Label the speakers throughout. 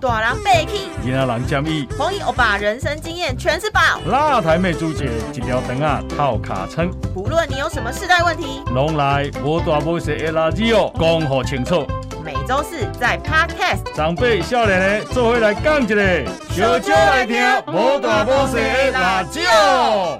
Speaker 1: 大人被气，
Speaker 2: 囡仔人建议，
Speaker 1: 黄奕欧巴人生经验全是宝。
Speaker 2: 辣台妹主姐一条肠啊套卡称，
Speaker 1: 不论你有什么世代问题，
Speaker 2: 拢来无大无小的垃圾哦，讲好清楚。
Speaker 1: 每周四在 Podcast
Speaker 2: 长辈少年的做伙来讲一个，
Speaker 1: 小少来听无大无小的辣椒。
Speaker 2: 哦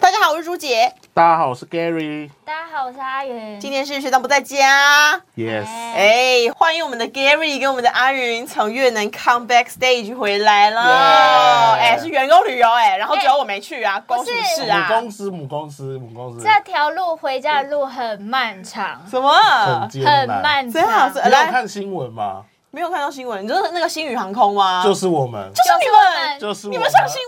Speaker 1: 大家好，我是朱姐，
Speaker 3: 大家好，我是 Gary。
Speaker 4: 大家好，我是阿云。
Speaker 1: 今天是学长不在家，
Speaker 3: Yes，
Speaker 1: 哎、欢迎我们的 Gary 跟我们的阿云从越南 come back stage 回来了，
Speaker 3: Yeah
Speaker 1: 哎、是员工旅游哎、然后只有
Speaker 4: 哎
Speaker 1: 我没去啊，关什么
Speaker 4: 不
Speaker 1: 事
Speaker 3: 母
Speaker 1: 啊？
Speaker 3: 公司，母公司，母公司，
Speaker 4: 哎这条路回家的路很漫长，
Speaker 1: 什么
Speaker 3: 很？艰
Speaker 4: 很
Speaker 3: 难。
Speaker 4: 漫
Speaker 1: 这样
Speaker 4: 长
Speaker 1: 是。
Speaker 3: 你有
Speaker 1: 来
Speaker 3: 看新闻吗？
Speaker 1: 没有看到新闻，你就是那个星宇航空吗？
Speaker 3: 就是我们，
Speaker 1: 就是你们，
Speaker 4: 啊就
Speaker 3: 就是
Speaker 1: 你们上新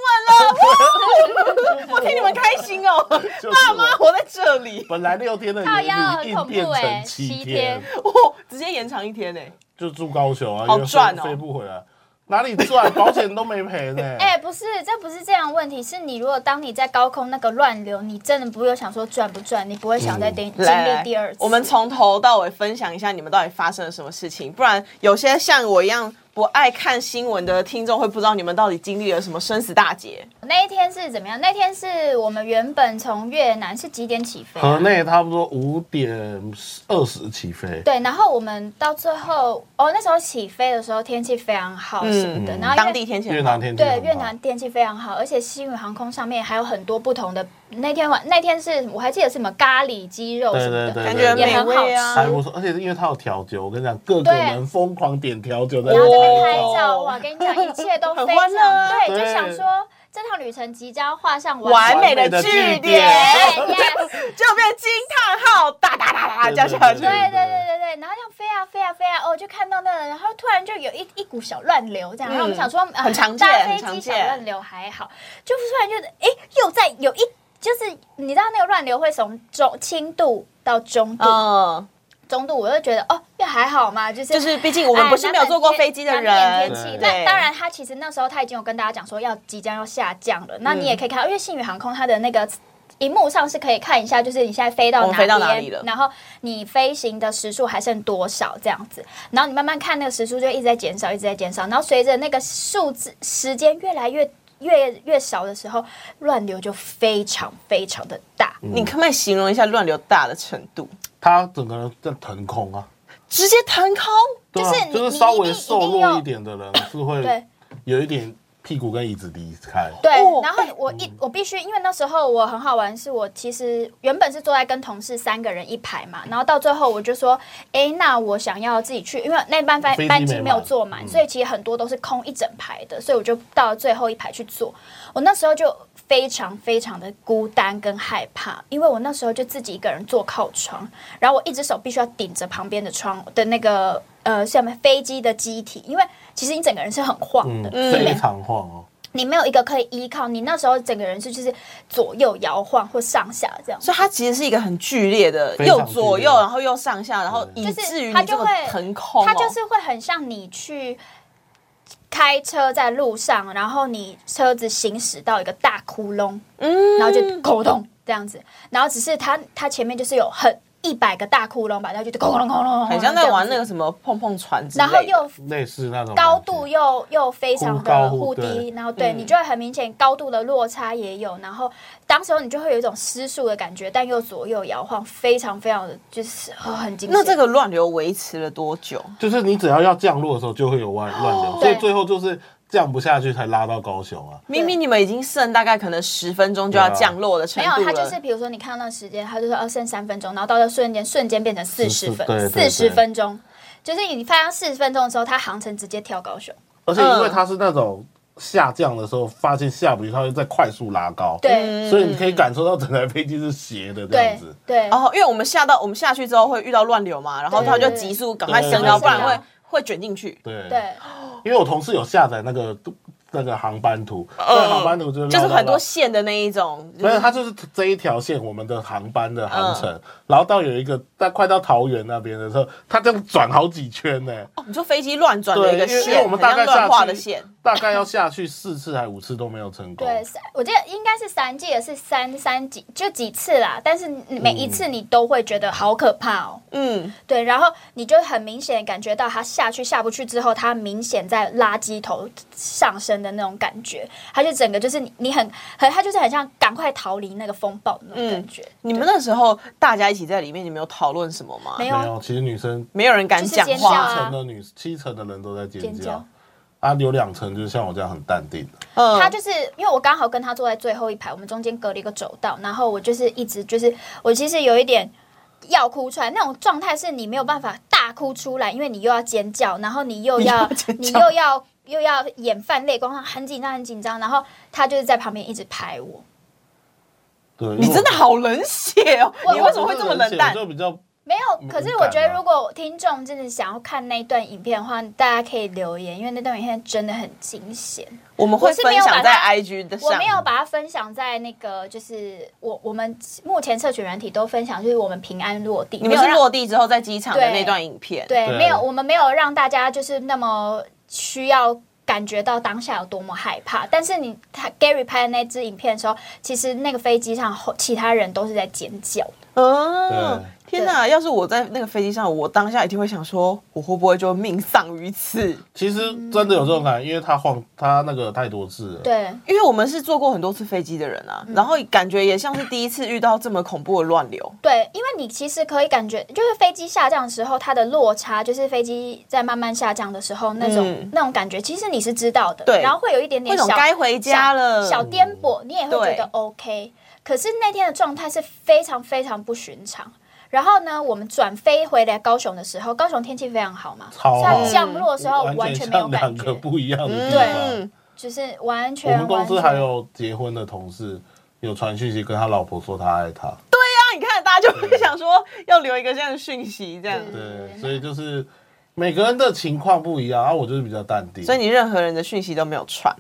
Speaker 1: 闻了，哇我 替你们开心哦！
Speaker 3: 就是
Speaker 1: 爸
Speaker 3: 我
Speaker 1: 妈，我在这里，
Speaker 3: 本来六天的
Speaker 4: 靠腰
Speaker 3: 原
Speaker 4: 很
Speaker 3: 理硬变
Speaker 4: 恐怖欸
Speaker 3: 成七天
Speaker 4: 七天，
Speaker 1: 哦， 直接延长一天呢。欸
Speaker 3: 就住高雄啊，
Speaker 1: 好
Speaker 3: 因为飞
Speaker 1: 赚哦
Speaker 3: 飞不回来，哪里 赚？保险都没赔呢。
Speaker 4: 哎、不是，这不是这样的问题，是你如果当你在高空那个乱流，你真的不会想说赚不赚，你不会
Speaker 1: 嗯
Speaker 4: 想再经经历第二次。
Speaker 1: 我们从头到尾分享一下你们到底发生了什么事情，不然有些像我一样不爱看新闻的听众会不知道你们到底经历了什么生死大劫。
Speaker 4: 那一天是怎么样？那天是我们原本从越南是几点起飞啊、
Speaker 3: 河内差不多五点二十起飞，
Speaker 4: 对，然后我们到最后，哦，那时候起飞的时候天气非常好什
Speaker 1: 嗯
Speaker 4: 么嗯的，然后因为
Speaker 1: 当地天气
Speaker 3: 越
Speaker 1: 很好
Speaker 3: 南天气
Speaker 4: 对
Speaker 3: 很好
Speaker 4: 越南天气非常好，而且星宇航空上面还有很多不同的。那天晚那天是我还记得是什么咖喱鸡肉
Speaker 3: 对
Speaker 4: 什么的，
Speaker 3: 对对，
Speaker 1: 感
Speaker 3: 对
Speaker 1: 觉很
Speaker 3: 对
Speaker 4: 也
Speaker 1: 美
Speaker 4: 很好
Speaker 1: 味
Speaker 4: 吃
Speaker 1: 啊
Speaker 3: 还哎不错，而且因为它有调酒，我跟你讲，各个
Speaker 4: 对
Speaker 3: 人疯狂点调酒在
Speaker 4: 然后这边
Speaker 1: 哦
Speaker 4: 拍照，哇，跟你讲，一切都
Speaker 1: 很
Speaker 4: 非
Speaker 1: 欢乐啊
Speaker 4: 常对，就
Speaker 3: 对
Speaker 4: 想说这趟旅程即将画上
Speaker 1: 完美
Speaker 4: 美。
Speaker 1: 的句
Speaker 3: 句
Speaker 1: 点
Speaker 3: 点，
Speaker 4: 对 yes
Speaker 1: 就变惊叹号，哒哒哒哒哒
Speaker 3: 对
Speaker 1: 叫下去。
Speaker 4: 对对对对对，然后这样飞啊飞啊飞啊，哦，就看到那个，然后突然就有一一股小乱流这样，然后我们想说呃
Speaker 1: 嗯很常见
Speaker 4: 搭
Speaker 1: 很
Speaker 4: 飞
Speaker 1: 常
Speaker 4: 机小
Speaker 1: 见
Speaker 4: 乱流还好，就突然就是哎，又在有一就是你知道那个乱流会从中轻度到中度，
Speaker 1: 嗯，
Speaker 4: 中度，我就觉得哦，也还好嘛，就是哎
Speaker 1: 就是毕竟我们不是没有坐过飞机的
Speaker 4: 哎难免
Speaker 1: 人，
Speaker 4: 天气
Speaker 3: 对
Speaker 4: 那当然，他其实那时候他已经有跟大家讲说要即将要下降了。那你也可以看到，因为信宇航空它的那个。荧幕上是可以看一下，就是你现在飞到
Speaker 1: 我
Speaker 4: 哪
Speaker 1: 们
Speaker 4: 边，
Speaker 1: 哦飞到哪里了
Speaker 4: 然后你飞行的时速还剩多少这样子，然后你慢慢看那个时速就一直在减少，一直在减少，然后随着那个数字时间越来越越越少的时候，乱流就非常非常的大，
Speaker 1: 你可不可以形容一下乱流大的程度？
Speaker 3: 它整个人在腾空啊。
Speaker 1: 直接腾空，
Speaker 3: 对啊
Speaker 4: 就是你
Speaker 3: 就是
Speaker 4: 你
Speaker 3: 稍
Speaker 4: 一
Speaker 3: 微
Speaker 4: 定
Speaker 3: 瘦
Speaker 4: 一定
Speaker 3: 弱
Speaker 4: 要
Speaker 3: 一点的人是
Speaker 4: 对
Speaker 3: 会。有一点屁股跟椅子离开。
Speaker 4: 对，
Speaker 1: 哦
Speaker 4: 然
Speaker 3: 哎
Speaker 4: 后我一我必须，因为那时候我很好玩，是我其实原本是坐在跟同事三个人一排嘛，然后到最后我就说，哎，那我想要自己去，因为那班班
Speaker 3: 飞机
Speaker 4: 班
Speaker 3: 没
Speaker 4: 机
Speaker 3: 满嗯
Speaker 4: 没有坐满，所以其实很多都是空一整排的，所以我就到了最后一排去坐。我那时候就非常非常的孤单跟害怕，因为我那时候就自己一个人坐靠窗，然后我一只手必须要顶着旁边的窗的那个呃下面飞机的机体，因为其实你整个人是很晃的，
Speaker 3: 嗯，非常晃哦。
Speaker 4: 你没有一个可以依靠，你那时候整个人是就是左右摇晃或上下这样，
Speaker 1: 所以它其实是一个很剧烈的，
Speaker 3: 非常
Speaker 1: 又左
Speaker 3: 剧
Speaker 1: 右，
Speaker 3: 烈
Speaker 1: 然后又上下，然后以
Speaker 4: 就
Speaker 1: 至于
Speaker 4: 是
Speaker 1: 你
Speaker 4: 它
Speaker 1: 这
Speaker 4: 就
Speaker 1: 个
Speaker 4: 会
Speaker 1: 腾空哦，
Speaker 4: 它就是会很像你去开车在路上，然后你车子行驶到一个大窟窿，
Speaker 1: 嗯
Speaker 4: 然后就咕咚这样子，然后只是它它前面就是有很一百个大窟窿吧，然后就咕咚咕咚咕咚，
Speaker 1: 很像在玩那
Speaker 4: 个，
Speaker 1: 个什么碰碰船之类
Speaker 4: 然
Speaker 1: 的，
Speaker 4: 后又
Speaker 3: 类似那种
Speaker 4: 高
Speaker 3: 感觉
Speaker 4: 度又又非常
Speaker 3: 忽高
Speaker 4: 的
Speaker 3: 忽
Speaker 4: 忽低
Speaker 3: 对，
Speaker 4: 然后
Speaker 1: 嗯
Speaker 4: 对你就会很明显高度的落差也有，然后当时候你就会有一种失速的感觉，但又左右摇晃，非常非常的就是、哦、很惊险。
Speaker 1: 那这个乱流维持了多久？
Speaker 3: 就是你只要要降落的时候就会有乱乱流，所以
Speaker 4: 哦对
Speaker 3: 最后就是降不下去才拉到高雄啊。
Speaker 1: 明明你们已经剩大概可能十分钟就要
Speaker 3: 对啊
Speaker 1: 降落的程
Speaker 4: 没
Speaker 1: 度了，
Speaker 4: 有，他就是比如说你看到那时间，他就说哦剩三分钟，然后到这瞬间瞬间变成四十分
Speaker 3: 对对
Speaker 4: 四十
Speaker 3: 对
Speaker 4: 分钟，就是你发现四十分钟的时候，它航程直接跳高雄，
Speaker 3: 而且因
Speaker 4: 嗯
Speaker 3: 为它是那种下降的时候，发现下不去，它会再快速拉高。，
Speaker 4: 对、
Speaker 1: 嗯
Speaker 4: 嗯
Speaker 3: 所以你可以感受到整台飞机是斜的这样
Speaker 4: 对
Speaker 3: 子。
Speaker 4: 对，
Speaker 1: 哦，因为我们下到我们下去之后会遇到乱流嘛，然后
Speaker 4: 对
Speaker 1: 它就急速赶快
Speaker 3: 对
Speaker 1: 升
Speaker 3: 对
Speaker 1: 高，
Speaker 3: 对
Speaker 1: 不然
Speaker 4: 对
Speaker 1: 会会卷进去。
Speaker 3: 对
Speaker 4: 对，
Speaker 3: 因为我同事有下载那个那个航班图，
Speaker 4: 嗯
Speaker 3: 那个航班图就是
Speaker 1: 就是
Speaker 3: 绕
Speaker 1: 很
Speaker 3: 绕
Speaker 1: 多
Speaker 3: 绕
Speaker 1: 线的那一种，就
Speaker 3: 没有，
Speaker 1: 是
Speaker 3: 它就是这一条线，我们的航班的航程，然后到有一个在快到桃园那边的时候，它这样转好几圈呢、
Speaker 1: 哦你说飞机乱转的
Speaker 3: 对，
Speaker 1: 一个
Speaker 3: 因为
Speaker 1: 线，
Speaker 3: 因为我们大概
Speaker 1: 很像乱画的
Speaker 3: 下
Speaker 1: 线
Speaker 3: 去，大概要下去四次还五次都没有成功。
Speaker 4: 对，三我记得应该是三，记得是三三几就几次啦，但是每一次你都会觉得好可怕哦。
Speaker 1: 嗯，
Speaker 4: 对，然后你就很明显感觉到它下去下不去之后，它明显在拉机头上升的那种感觉，它就整个就是你你很很，它就是很像赶快逃离那个风暴的那种感觉。
Speaker 1: 你们那时候大家一起在里面，你们有讨论什么吗？啊
Speaker 4: 没
Speaker 1: 有，
Speaker 4: 有啊
Speaker 3: 没有，其实女生
Speaker 1: 没有人敢
Speaker 4: 就是
Speaker 1: 讲
Speaker 4: 尖叫
Speaker 1: 话
Speaker 4: 啊。
Speaker 3: 七成的女七成的人都在尖
Speaker 4: 尖
Speaker 3: 叫
Speaker 4: 叫，
Speaker 3: 啊，有两成就是像我这样很淡定的。
Speaker 1: 嗯，
Speaker 4: 他就是因为我刚好跟他坐在最后一排，我们中间隔了一个走道，然后我就是一直就是我其实有一点要哭出来那种状态，是你没有办法大哭出来，因为你又要尖叫，然后你又要你又要又要眼泛泪光，很紧张很紧张，然后他就是在旁边一直拍我，
Speaker 3: 对，因为
Speaker 1: 你
Speaker 3: 我
Speaker 1: 真的好冷血哦！
Speaker 4: 我
Speaker 1: 你为什么会这么冷淡
Speaker 3: 我？就比较
Speaker 4: 没
Speaker 3: 嗯
Speaker 4: 有。可是我觉得如果听众真的想要看那段影片的话，大家可以留言，因为那段影片真的很惊险。
Speaker 1: 我们会分享在 IG 的
Speaker 4: 我
Speaker 1: 上，
Speaker 4: 没有把它分享在那个，就是我我们目前社群软体都分享，就是我们平安落地，
Speaker 1: 你们
Speaker 4: 没有
Speaker 1: 是
Speaker 4: 让
Speaker 1: 落地之后在机场的
Speaker 4: 对
Speaker 1: 那段影片。，
Speaker 4: 对，
Speaker 3: 对
Speaker 4: 没有我们没有让大家就是那么需要感觉到当下有多么害怕。但是你他 Gary 拍的那支影片的时候，其实那个飞机上后其他人都是在尖叫，
Speaker 1: 嗯
Speaker 3: 对，
Speaker 1: 天哪！要是我在那个飞机上，我当下一定会想说，我会不会就命丧于此？
Speaker 3: 其实真的有这种感觉，因为他晃他那个太多次了。
Speaker 4: 对。
Speaker 1: 因为我们是坐过很多次飞机的人啊，
Speaker 4: 嗯
Speaker 1: 然后感觉也像是第一次遇到这么恐怖的乱流。
Speaker 4: 对，因为你其实可以感觉，就是飞机下降的时候，它的落差，就是飞机在慢慢下降的时候，那种、
Speaker 1: 嗯
Speaker 4: 那种感觉，其实你是知道的。
Speaker 1: 对
Speaker 4: 然后会有一点
Speaker 1: 那
Speaker 4: 点
Speaker 1: 种
Speaker 4: 小
Speaker 1: 该回家了，
Speaker 4: 小颠簸，你也会觉
Speaker 1: 对
Speaker 4: 得 OK。可是那天的状态是非常非常不寻常。然后呢，我们转飞回来高雄的时候，高雄天气非常好嘛，
Speaker 3: 超
Speaker 4: 所以它
Speaker 3: 好
Speaker 4: 降落的时候完
Speaker 3: 完
Speaker 4: 全没有
Speaker 3: 像
Speaker 4: 感
Speaker 3: 两
Speaker 4: 觉
Speaker 3: 个，不一样的地方。
Speaker 1: 嗯，
Speaker 4: 就是完
Speaker 3: 我
Speaker 4: 全。
Speaker 3: 们公司
Speaker 4: 啊完全
Speaker 3: 还有结婚的同事有传讯息跟他老婆说他爱他，
Speaker 1: 那你看大家就会想说要留一个这样的讯息，这样。
Speaker 4: 对
Speaker 3: 对，所以就是每个人的情况不一样，啊，我就是比较淡定，
Speaker 1: 所以你任何人的讯息都没有传，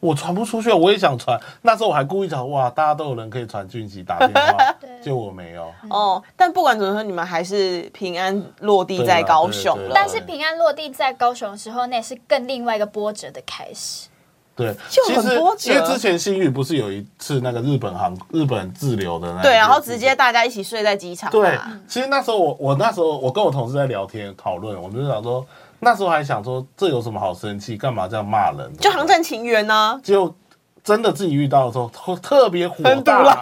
Speaker 3: 我传不出去，我也想传，那时候我还故意讲哇，大家都有人可以传讯息打电 话，就我没有，
Speaker 4: 嗯
Speaker 1: 哦，但不管怎么说，你们还是平安落地在高雄了。
Speaker 3: 对啊对对对
Speaker 4: 但是平安落地在高雄的时候，那也是更另外一个波折的开始。
Speaker 3: 对，
Speaker 1: 就
Speaker 3: 其
Speaker 1: 很
Speaker 3: 实
Speaker 1: 波折
Speaker 3: 因为之前新宇不是有一次那个日本航日本滞留的那一
Speaker 1: 对，
Speaker 3: 次
Speaker 1: 然后直接大家一起睡在机场啊
Speaker 3: 对
Speaker 1: 嘛。，
Speaker 3: 其实那时候我我那时候我跟我同事在聊天讨论，我们就想说那时候还想说这有什么好生气，干嘛这样骂人？
Speaker 1: 就航站情缘呢、
Speaker 3: 就真的自己遇到的时候，特特别火
Speaker 1: 很堵
Speaker 3: 大，
Speaker 1: 了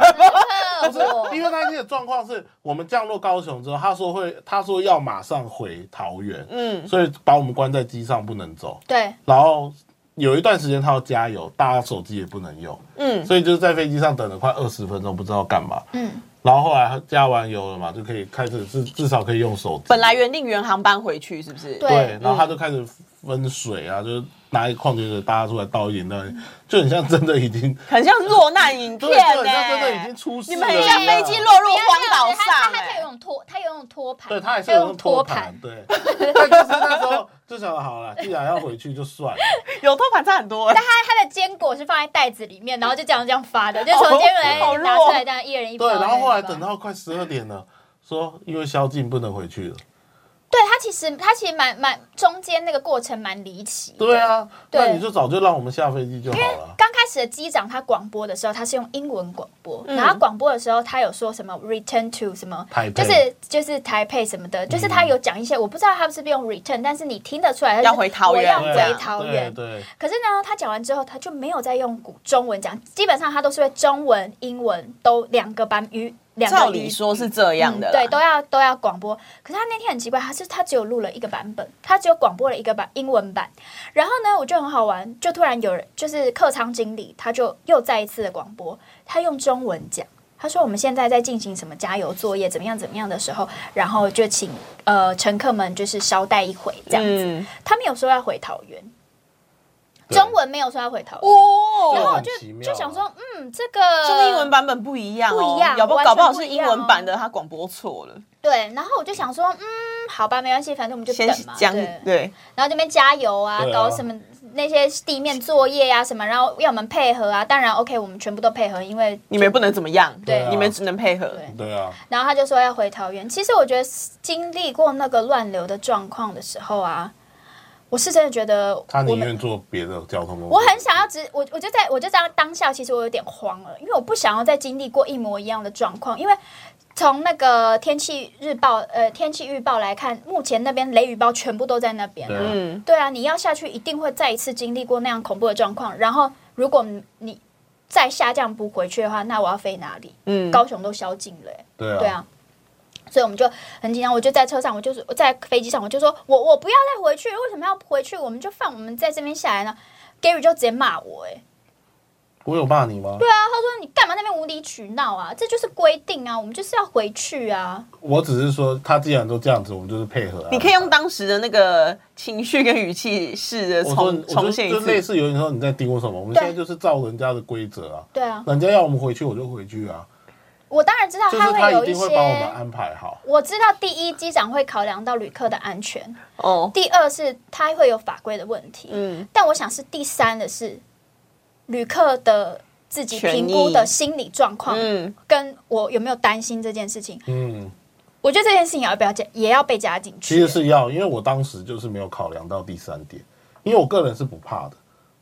Speaker 4: 哦
Speaker 3: 不是，因为那天的状况是我们降落高雄之后，他说会，他说要马上回桃园，
Speaker 1: 嗯，
Speaker 3: 所以把我们关在机上不能走。
Speaker 4: 对，
Speaker 3: 然后有一段时间他要加油，大家手机也不能用，
Speaker 1: 嗯
Speaker 3: 所以就是在飞机上等了快二十分钟，不知道干嘛。
Speaker 4: 嗯，
Speaker 3: 然后后来加完油了嘛，就可以开始至至少可以用手机。
Speaker 1: 本来原定原航班回去是不是？
Speaker 4: 对
Speaker 3: 对，然后他就开始分水啊，就是拿一矿泉水大家出来倒一点，那就很像真的已经。
Speaker 1: 很像落难影片欸
Speaker 3: 对，就
Speaker 1: 呢、
Speaker 3: 很像真
Speaker 4: 欸
Speaker 3: 的已经出事
Speaker 1: 你
Speaker 3: 了一
Speaker 1: 们
Speaker 3: 样。
Speaker 1: 很像飞机落入荒岛
Speaker 4: 他
Speaker 1: 上、
Speaker 4: 他他有
Speaker 1: 哎，
Speaker 4: 用托，他有用托盘，
Speaker 3: 对他还是
Speaker 4: 有
Speaker 3: 有
Speaker 4: 用
Speaker 3: 用托盘，对。 但就是那时候就想好了，既然要回去就算了。
Speaker 1: 有托盘差很多、
Speaker 4: 但他他的坚果是放在袋子里面，然后就这样这样发
Speaker 3: 哦
Speaker 4: 的，就从坚果袋
Speaker 1: 好弱
Speaker 4: 拿出来，这样一人一包。
Speaker 3: 对，然后后来
Speaker 4: 一人一包
Speaker 3: 等到快十二点了，说因为宵禁不能回去了。
Speaker 4: 对他其实他其实蛮蛮中间那个过程蛮离奇的。
Speaker 3: 对。啊，
Speaker 4: 对
Speaker 3: 那你就早就让我们下飞机就好了。
Speaker 4: 刚开始的机长他广播的时候，他是用英文广播，然后广播的时候他有说什么 “return to” 什么
Speaker 3: 嗯台，北嗯
Speaker 4: 就是就是台配什么的，就是他有讲一些我不知道他是不是用 “return”，但是你听得出来他就是
Speaker 1: 要回桃园
Speaker 4: 我
Speaker 3: 对啊
Speaker 4: 要回桃
Speaker 3: 对
Speaker 4: 园。
Speaker 3: 对，
Speaker 4: 可是呢，他讲完之后，他就没有再用古中文讲，基本上他都是会中文、英文都两个版语，两
Speaker 1: 照
Speaker 4: 个
Speaker 1: 理
Speaker 4: 语
Speaker 1: 说是这样的、
Speaker 4: 嗯，对，，都要都要广播。可是他那天很奇怪，他是他只有录了一个版本，他只有广播了一个版英文版。然后呢，我就很好玩，就突然有人就是客舱经理，他就又再一次的广播，他用中文讲。他说：“我们现在在进行什么加油作业，怎么样怎么样的时候，然后就请呃乘客们就是稍待一会这样子。
Speaker 1: 嗯，
Speaker 4: 他没有说要回桃园，
Speaker 3: 对
Speaker 4: 中文没有说要回桃园，然
Speaker 1: 哦
Speaker 4: 后我
Speaker 3: 很
Speaker 4: 就
Speaker 3: 奇妙
Speaker 4: 就
Speaker 3: 啊
Speaker 4: 想说，嗯，这个
Speaker 1: 中英文版本不一样、哦，
Speaker 4: 不一样
Speaker 1: 搞不
Speaker 4: 完全
Speaker 1: 搞不好
Speaker 4: 不
Speaker 1: 是
Speaker 4: 一
Speaker 1: 英
Speaker 4: 样
Speaker 1: 文版
Speaker 4: 哦
Speaker 1: 的，他广播错了。
Speaker 4: 对，然后我就想说，嗯，好吧，没关系，反正我们就
Speaker 1: 先
Speaker 4: 等嘛，
Speaker 1: 讲
Speaker 4: 对。
Speaker 1: 对，
Speaker 4: 然后这边加油啊，
Speaker 3: 对啊
Speaker 4: 搞什么那些地面作业呀、什么，然后要我们配合啊。当然 OK，我们全部都配合，因为
Speaker 1: 你们不能怎么样，
Speaker 4: 对啊
Speaker 1: 你们只能配合。
Speaker 4: 对
Speaker 3: 对啊，
Speaker 4: 然后他就说要回桃园。其实我觉得经历过那个乱流的状况的时候啊，我是真的觉得
Speaker 3: 他
Speaker 4: 我
Speaker 3: 宁
Speaker 4: 们
Speaker 3: 愿做别的交通工具。
Speaker 4: 我很想要直我我就在我就在当下，其实我有点慌了，因为我不想要再经历过一模一样的状况，因为。从那个天气日报，呃，天气预报来看，目前那边雷雨包全部都在那边。
Speaker 3: 对啊
Speaker 1: 嗯，
Speaker 4: 对啊，你要下去一定会再一次经历过那样恐怖的状况。然后，如果你你再下降不回去的话，那我要飞哪里？
Speaker 1: 嗯
Speaker 4: 高雄都宵禁了、欸
Speaker 3: 对啊，
Speaker 4: 对啊。所以我们就很紧张，我就在车上，我就是我在飞机上，我就说我我不要再回去，为什么要回去？我们就放我们在这边下来呢。Gary 就直接骂我、欸，哎，
Speaker 3: 我有骂你吗？
Speaker 4: 对啊，他说你干嘛那边无理取闹啊？这就是规定啊，我们就是要回去啊。
Speaker 3: 我只是说，他既然都这样子，我们就是配合、啊。
Speaker 1: 你可以用当时的那个情绪跟语气试着
Speaker 3: 我说
Speaker 1: 重，
Speaker 3: 我
Speaker 1: 重
Speaker 3: 就
Speaker 1: 现
Speaker 3: 就
Speaker 1: 一
Speaker 3: 类
Speaker 1: 次。
Speaker 3: 似有人说你在盯我什么，我们现在就是照人家的规则啊。
Speaker 4: 对啊，
Speaker 3: 人家要我们回去，我就回去啊，
Speaker 4: 我当然知道
Speaker 3: 就是
Speaker 4: 他
Speaker 3: 他
Speaker 4: 会有
Speaker 3: 一
Speaker 4: 一
Speaker 3: 定会
Speaker 4: 些，
Speaker 3: 帮我们安排好。
Speaker 4: 我知道第一机长会考量到旅客的安全，
Speaker 1: 哦，
Speaker 4: 第二是它会有法规的问题，
Speaker 1: 嗯
Speaker 4: 但我想是第三的是旅客的自己评估的心理状况，
Speaker 1: 嗯，
Speaker 4: 跟我有没有担心这件事情，
Speaker 3: 嗯，
Speaker 4: 我觉得这件事情也要不要加也要被加进
Speaker 3: 其实
Speaker 4: 去。
Speaker 3: 是要，因为我当时就是没有考量到第三点，因为我个人是不怕的，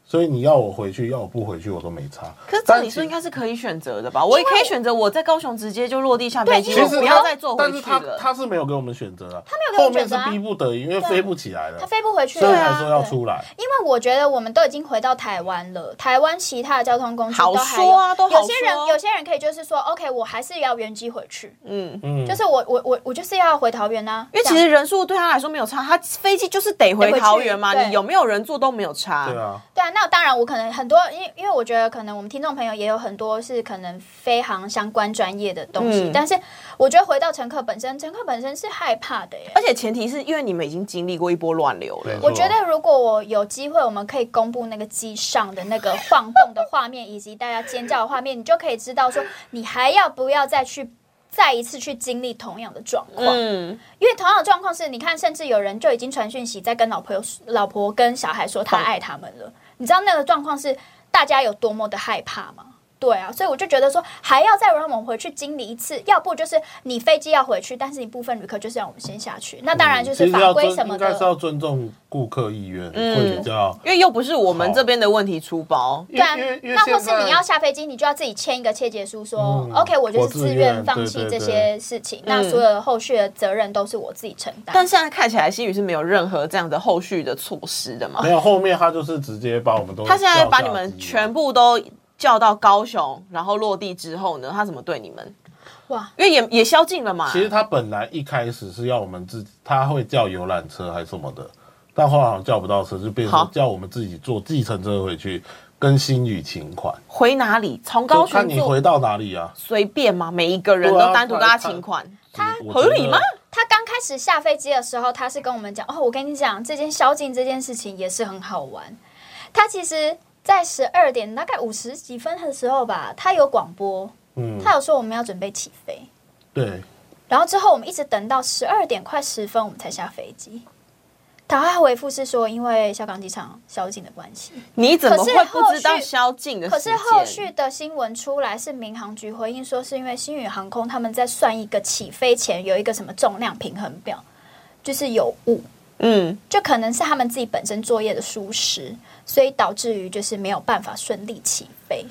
Speaker 3: 所以你要我回去，要我不回去，我都没差。
Speaker 1: 可是照理
Speaker 3: 但
Speaker 1: 说应该是可以选择的吧？我也可以选择我在高雄直接就落地下飞机，
Speaker 4: 对因为
Speaker 1: 我
Speaker 3: 其实
Speaker 1: 不
Speaker 3: 他
Speaker 1: 要再坐回
Speaker 3: 但是
Speaker 1: 去
Speaker 3: 他
Speaker 1: 了。
Speaker 3: 他是没有给我们选择的，他
Speaker 4: 没有给我
Speaker 3: 后
Speaker 4: 们选
Speaker 3: 面
Speaker 4: 择
Speaker 3: 是
Speaker 4: 啊
Speaker 3: 逼不得已，因为
Speaker 4: 对啊
Speaker 3: 飞不起来了
Speaker 4: 他，飞不回去
Speaker 3: 所以
Speaker 4: 了、
Speaker 3: 才说要
Speaker 4: 啊，对
Speaker 3: 出来。
Speaker 4: 因为我觉得我们都已经回到台湾了，台湾其他的交通工具
Speaker 1: 好
Speaker 4: 都还有
Speaker 1: 说啊都好
Speaker 4: 有些人
Speaker 1: 说
Speaker 4: 有些人可以就是说，OK，我还是要原机回去，
Speaker 1: 嗯，
Speaker 3: 嗯，
Speaker 4: 就是我我我我就是要回桃园啊，
Speaker 1: 因为
Speaker 4: 这
Speaker 1: 其
Speaker 4: 样
Speaker 1: 实人数对他来说没有差，他飞机就是得回
Speaker 4: 得回去
Speaker 1: 桃园嘛，
Speaker 4: 对
Speaker 1: 你有没有人坐都没有差。
Speaker 3: 对啊，
Speaker 4: 对啊，那当然，我可能很多，因为因为我觉得可能我们听众朋友也有很多是可能飞航相关专业的东西，
Speaker 1: 嗯
Speaker 4: 但是我觉得回到乘客本身，乘客本身是害怕的耶。
Speaker 1: 而且前提是因为你们已经经历过一波乱流了
Speaker 3: 对，
Speaker 4: 我觉得如果我有机会，我们可以公布那个机上的那个晃动的画面，以及大家尖叫的画面，你就可以知道说你还要不要再去再一次去经历同样的状况。
Speaker 1: 嗯，
Speaker 4: 因为同样的状况是，你看，甚至有人就已经传讯息在跟老婆、老婆跟小孩说他爱他们了。你知道那个状况是大家有多么的害怕吗？对啊，所以我就觉得说，还要再让我们回去经历一次，要不就是你飞机要回去，但是你部分旅客就是让我们先下去。那当然就
Speaker 3: 嗯其
Speaker 4: 是
Speaker 3: 实
Speaker 4: 法
Speaker 3: 要
Speaker 4: 规
Speaker 3: 尊
Speaker 4: 什么
Speaker 3: 应该是
Speaker 4: 的，嗯
Speaker 3: 要尊重顾客意愿，会比较。
Speaker 1: 因为又不是我们这边的问题出包，
Speaker 3: 因
Speaker 4: 对啊
Speaker 3: 为因为因为
Speaker 4: 那或
Speaker 3: 现在
Speaker 4: 是你要下飞机，你就要自己签一个切结书，说
Speaker 3: 嗯
Speaker 4: OK，我就
Speaker 3: 我
Speaker 4: 是
Speaker 3: 自
Speaker 4: 自
Speaker 3: 愿
Speaker 4: 愿放
Speaker 3: 对
Speaker 4: 弃
Speaker 3: 对
Speaker 4: 这
Speaker 3: 对
Speaker 4: 些事情，那
Speaker 1: 嗯
Speaker 4: 所有的后续的责任都是我自己承担。
Speaker 1: 但现在看起来新宇是没有任何这样的后续的措施的嘛
Speaker 3: 没。有后面他就是直接把我们都
Speaker 1: 他现在把你
Speaker 3: 叫下
Speaker 1: 们
Speaker 3: 机
Speaker 1: 全部都叫到高雄，然后落地之后呢，他怎么对你们？
Speaker 4: 哇，
Speaker 1: 因为也也宵禁了嘛。
Speaker 3: 其实他本来一开始是要我们自己，他会叫游览车还是什么的，但后来好像叫不到车，就变
Speaker 1: 好
Speaker 3: 成叫我们自己坐计程车回去，跟新宇请款，
Speaker 1: 回哪里？从
Speaker 3: 就
Speaker 1: 高
Speaker 3: 看
Speaker 1: 雄
Speaker 3: 你
Speaker 1: 坐
Speaker 3: 回到哪里啊？
Speaker 1: 随便嘛，每一个人都
Speaker 3: 对啊
Speaker 1: 单独跟他
Speaker 3: 看看
Speaker 1: 请款。
Speaker 3: 他
Speaker 1: 合理吗？
Speaker 4: 他刚开始下飞机的时候，他是跟我们讲哦，我跟你讲，这件宵禁这件事情也是很好玩。他其实，在十二点大概五十几分的时候吧，他有广播，
Speaker 3: 嗯，
Speaker 4: 他有说我们要准备起飞，
Speaker 3: 对，
Speaker 4: 然后之后我们一直等到十二点快十分，我们才下飞机。他还回复是说，因为香港机场宵禁的关系。
Speaker 1: 你怎么
Speaker 4: 可是
Speaker 1: 会不知
Speaker 4: 后
Speaker 1: 道
Speaker 4: 续
Speaker 1: 宵禁的
Speaker 4: 可
Speaker 1: 时
Speaker 4: 是
Speaker 1: 间？
Speaker 4: 后续的新闻出来是民航局回应说，是因为新宇航空他们在算一个起飞前有一个什么重量平衡表，就是有误。
Speaker 1: 嗯，
Speaker 4: 就可能是他们自己本身作业的疏失，所以导致于就是没有办法顺利起飞。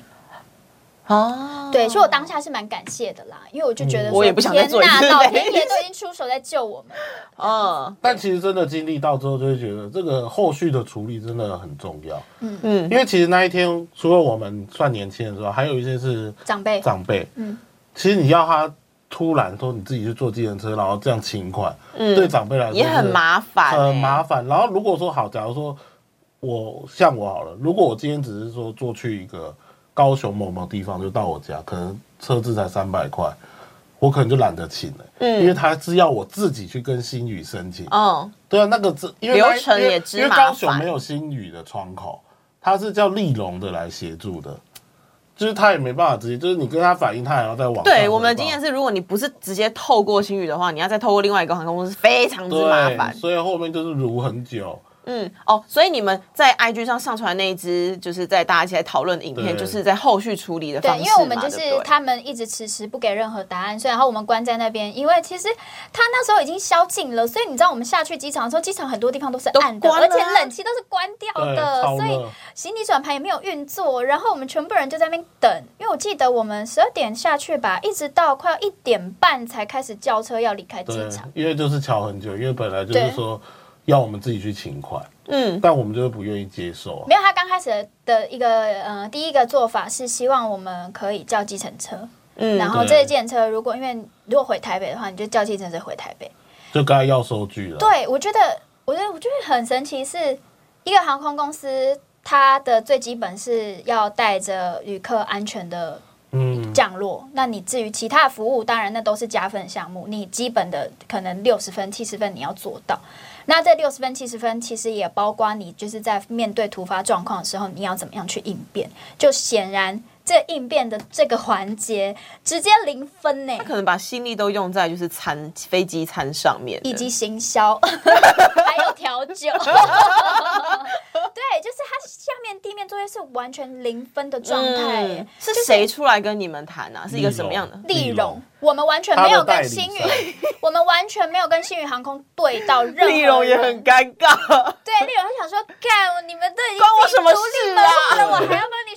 Speaker 1: 哦，
Speaker 4: 对，所以我当下是蛮感谢的啦，因为我就觉得
Speaker 1: 嗯
Speaker 4: 说
Speaker 1: 我也不想再做一次
Speaker 4: 天呐，老
Speaker 1: 对
Speaker 4: 天爷都已经出手在救我们了。哦
Speaker 1: 嗯
Speaker 3: 但其实真的经历到之后，就会觉得这个后续的处理真的很重要，
Speaker 1: 嗯，
Speaker 3: 因为其实那一天除了我们算年轻的时候，还有一些是
Speaker 4: 长辈，
Speaker 3: 长辈，
Speaker 4: 嗯
Speaker 3: 其实你要他突然说你自己去坐计程车，然后这样请款，
Speaker 1: 嗯
Speaker 3: 对长辈来说
Speaker 1: 也很
Speaker 3: 是
Speaker 1: 麻烦、欸，
Speaker 3: 很麻烦。然后如果说好，假如说我像我好了，如果我今天只是说坐去一个高雄某某地方就到我家，可能车资才三百块，我可能就懒得请了，
Speaker 1: 嗯
Speaker 3: 因为他是要我自己去跟新宇申请，
Speaker 1: 嗯，
Speaker 3: 对啊，那个这因为那
Speaker 1: 流程也之
Speaker 3: 因为因为
Speaker 1: 麻烦
Speaker 3: 高雄没有新宇的窗口，它是叫立龙的来协助的。就是他也没办法直接，就是你跟他反映，他还要再往上
Speaker 1: 对
Speaker 3: 回
Speaker 1: 我们的
Speaker 3: 报
Speaker 1: 经验是，如果你不是直接透过星宇的话，你要再透过另外一个航空公司，非常之麻
Speaker 3: 对，
Speaker 1: 烦。
Speaker 3: 所以后面就是如很久。
Speaker 1: 嗯，哦，所以你们在 IG 上上传那一支，就是在大家一起来讨论的影片，
Speaker 3: 对
Speaker 1: 就是在后续处理的方式
Speaker 4: 对，因
Speaker 1: 嘛
Speaker 4: 为我们就是
Speaker 1: 对不对
Speaker 4: 他们一直迟迟不给任何答案，所以然后我们关在那边，因为其实他那时候已经宵禁了，所以你知道我们下去机场的时候，机场很多地方都是暗的，
Speaker 1: 都关了
Speaker 4: 而
Speaker 1: 啊
Speaker 4: 且冷气都是关掉
Speaker 3: 对，
Speaker 4: 的，
Speaker 3: 超
Speaker 4: 所以
Speaker 3: 哎热。
Speaker 4: 行李转盘也没有运作，然后我们全部人就在那边等，因为我记得我们十二点下去吧，一直到快要一点半才开始叫车要离开机
Speaker 3: 对
Speaker 4: 场。，
Speaker 3: 因为就是瞧很久，因为本来就
Speaker 4: 对
Speaker 3: 是说要我们自己去请款，
Speaker 1: 嗯，
Speaker 3: 但我们就是不愿意接受啊。
Speaker 4: 没有，他刚开始的一个呃第一个做法是希望我们可以叫计程车，
Speaker 1: 嗯
Speaker 4: 然后
Speaker 3: 对
Speaker 4: 这件车如果因为如果回台北的话，你就叫计程车回台北。
Speaker 3: 就刚才要收据了。，
Speaker 4: 对，我觉得，我觉得，我觉得很神奇是，一个航空公司，它的最基本是要带着旅客安全的
Speaker 3: 嗯，
Speaker 4: 降落。那你至于其他的服务，当然那都是加分项目，你基本的可能六十分、七十分你要做到。那这六十分、七十分，其实也包括你就是在面对突发状况的时候，你要怎么样去应变。就显然这应变的这个环节直接零分呢、
Speaker 1: 他可能把心力都用在就是餐飞机餐上面的，
Speaker 4: 以及行销， 还有调 酒。对，就是它下面地面作业是完全零分的状态耶、
Speaker 1: 嗯是谁出来跟你们谈啊？是一个什么样的？
Speaker 4: 丽
Speaker 3: 丽
Speaker 4: 蓉
Speaker 3: 蓉，
Speaker 4: 我们完全
Speaker 3: 他
Speaker 4: 没有
Speaker 3: 的代
Speaker 4: 跟
Speaker 3: 理
Speaker 4: 星宇
Speaker 3: 商，
Speaker 4: 我们完全没有跟星宇航空对到任何人。
Speaker 1: 丽蓉也很尴尬，
Speaker 4: 对，丽蓉就想说，干你们都已经
Speaker 1: 关我什么
Speaker 4: 自己
Speaker 1: 事
Speaker 4: 独立门户了，
Speaker 1: 啊
Speaker 4: 我还要帮你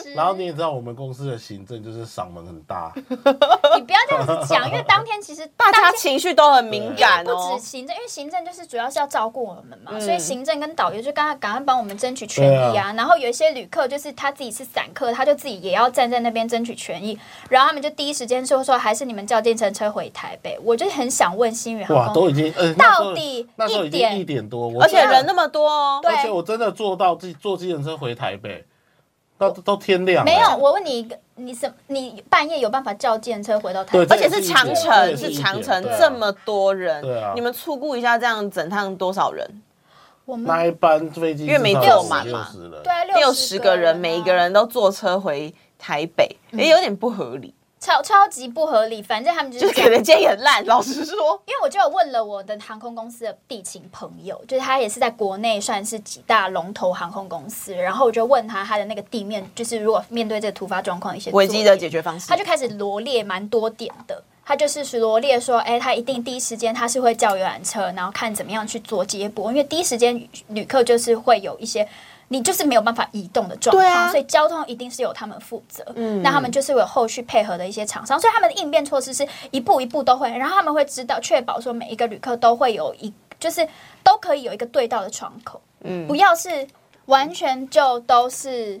Speaker 4: 拾。
Speaker 3: 然后你也知道我们公司的行政就是 嗓门很大，
Speaker 4: 你不要这样子讲，因为当天其实
Speaker 1: 大
Speaker 4: 当
Speaker 1: 家
Speaker 4: 天
Speaker 1: 情绪都很敏感
Speaker 4: 不
Speaker 1: 哦
Speaker 4: 止。行政，因为行政就是主要是要照顾我们嘛，
Speaker 1: 嗯
Speaker 4: 所以行政跟导游就刚刚赶快帮我们争取权益
Speaker 3: 对
Speaker 4: 啊。然后有一些旅客就是他自己是散客，他就自己也要站在那边争取权益，然后他们就第一时间说说还是你们叫电程车回台北。我就很想问新宇
Speaker 3: 哇，
Speaker 4: 航空，
Speaker 3: 都已经呃，那时候
Speaker 4: 到底
Speaker 3: 那时候
Speaker 4: 一
Speaker 3: 已经一
Speaker 4: 点
Speaker 3: 点多，我
Speaker 1: 而且
Speaker 3: 真的
Speaker 1: 人那么多哦，
Speaker 4: 对
Speaker 3: 而且我真的坐到自己坐计程车回台北，到都天亮了。
Speaker 4: 没有？我问你一个，你什你半夜有办法叫电车回到台
Speaker 3: 对
Speaker 4: 北？
Speaker 1: 而且是长
Speaker 3: 这
Speaker 1: 城，
Speaker 3: 也是
Speaker 1: 是
Speaker 3: 一点
Speaker 1: 长城
Speaker 3: 对啊
Speaker 1: 这么多人
Speaker 3: 对啊，
Speaker 1: 你们粗估一下，这样整趟多少人？
Speaker 4: 我们
Speaker 3: 那一班飞机
Speaker 1: 因为没
Speaker 4: 坐
Speaker 1: 满
Speaker 3: 六
Speaker 1: 嘛
Speaker 3: 十人，
Speaker 4: 对啊
Speaker 1: 六
Speaker 4: 十
Speaker 1: 十个人，嗯
Speaker 4: 啊
Speaker 1: 每一个人都坐车回台北，也有点不合理，
Speaker 4: 超超级不合理，反正他们就
Speaker 1: 就是是
Speaker 4: 这
Speaker 1: 可
Speaker 4: 样
Speaker 1: 能今天很烂。老实 说，
Speaker 4: 因为我就有问了我的航空公司的地勤朋友，就是他也是在国内算是几大龙头航空公司，然后我就问他他的那个地面，就是如果面对这个突发状况一些
Speaker 1: 危机的解
Speaker 4: 决，
Speaker 1: 决方式
Speaker 4: 他，就开始罗列蛮多点的。他就是罗列说，哎、他一定第一时间他是会叫游览车，然后看怎么样去做接驳，因为第一时间旅客就是会有一些你就是没有办法移动的状
Speaker 1: 对
Speaker 4: 况，
Speaker 1: 啊
Speaker 4: 所以交通一定是由他们负责。
Speaker 1: 嗯
Speaker 4: 那他们就是会有后续配合的一些厂商，所以他们的应变措施是一步一步都会，然后他们会知道确保说每一个旅客都会有一，就是都可以有一个对到的窗口，
Speaker 1: 嗯
Speaker 4: 不要是完全就都是。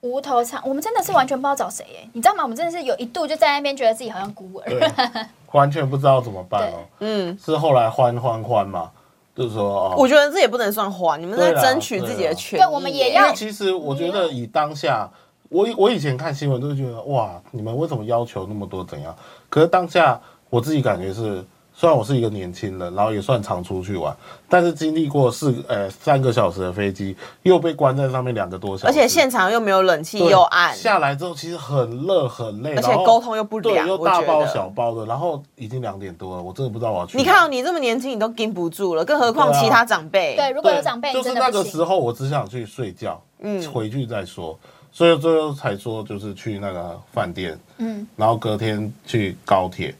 Speaker 4: 无头苍，我们真的是完全不知道找谁耶、你知道吗？我们真的是有一度就在那边觉得自己好像孤儿，
Speaker 3: 对，完全不知道怎么办哦。
Speaker 1: 嗯。
Speaker 3: 是后来欢欢欢嘛，就是说
Speaker 1: 我
Speaker 3: 哦，
Speaker 1: 觉得这也不能算花，你们在
Speaker 3: 对啦
Speaker 1: 争取自己的权益耶。
Speaker 4: 对啊对我们也
Speaker 3: 因
Speaker 4: 要
Speaker 3: 为其实我觉得以当下，我以我以前看新闻都觉得哇，你们为什么要求那么多怎样？可是当下我自己感觉是，虽然我是一个年轻人，然后也算常出去玩，但是经历过四个呃三个小时的飞机，又被关在上面两个多小时，
Speaker 1: 而且现场又没有冷气，
Speaker 3: 对
Speaker 1: 又暗，
Speaker 3: 下来之后其实很热很累，
Speaker 1: 而且
Speaker 3: 然后
Speaker 1: 沟通又不
Speaker 3: 对
Speaker 1: 良，
Speaker 3: 又
Speaker 1: 我
Speaker 3: 大
Speaker 1: 觉
Speaker 3: 包小
Speaker 1: 得。
Speaker 3: 包的，然后已经两点多了，我真的不知道我要去哪。
Speaker 1: 你看、哦，你这么年轻，你都顶不住了，更何况
Speaker 3: 对啊
Speaker 1: 其他长辈。
Speaker 4: 对，如果有长辈，
Speaker 3: 就
Speaker 4: 你
Speaker 3: 是
Speaker 4: 真
Speaker 3: 那
Speaker 4: 的
Speaker 3: 个
Speaker 4: 不
Speaker 3: 时
Speaker 4: 行。
Speaker 3: 候，我只想去睡觉，
Speaker 1: 嗯
Speaker 3: 回去再说。所以最后才说，就是去那个饭店，
Speaker 4: 嗯，
Speaker 3: 然后隔天去高铁，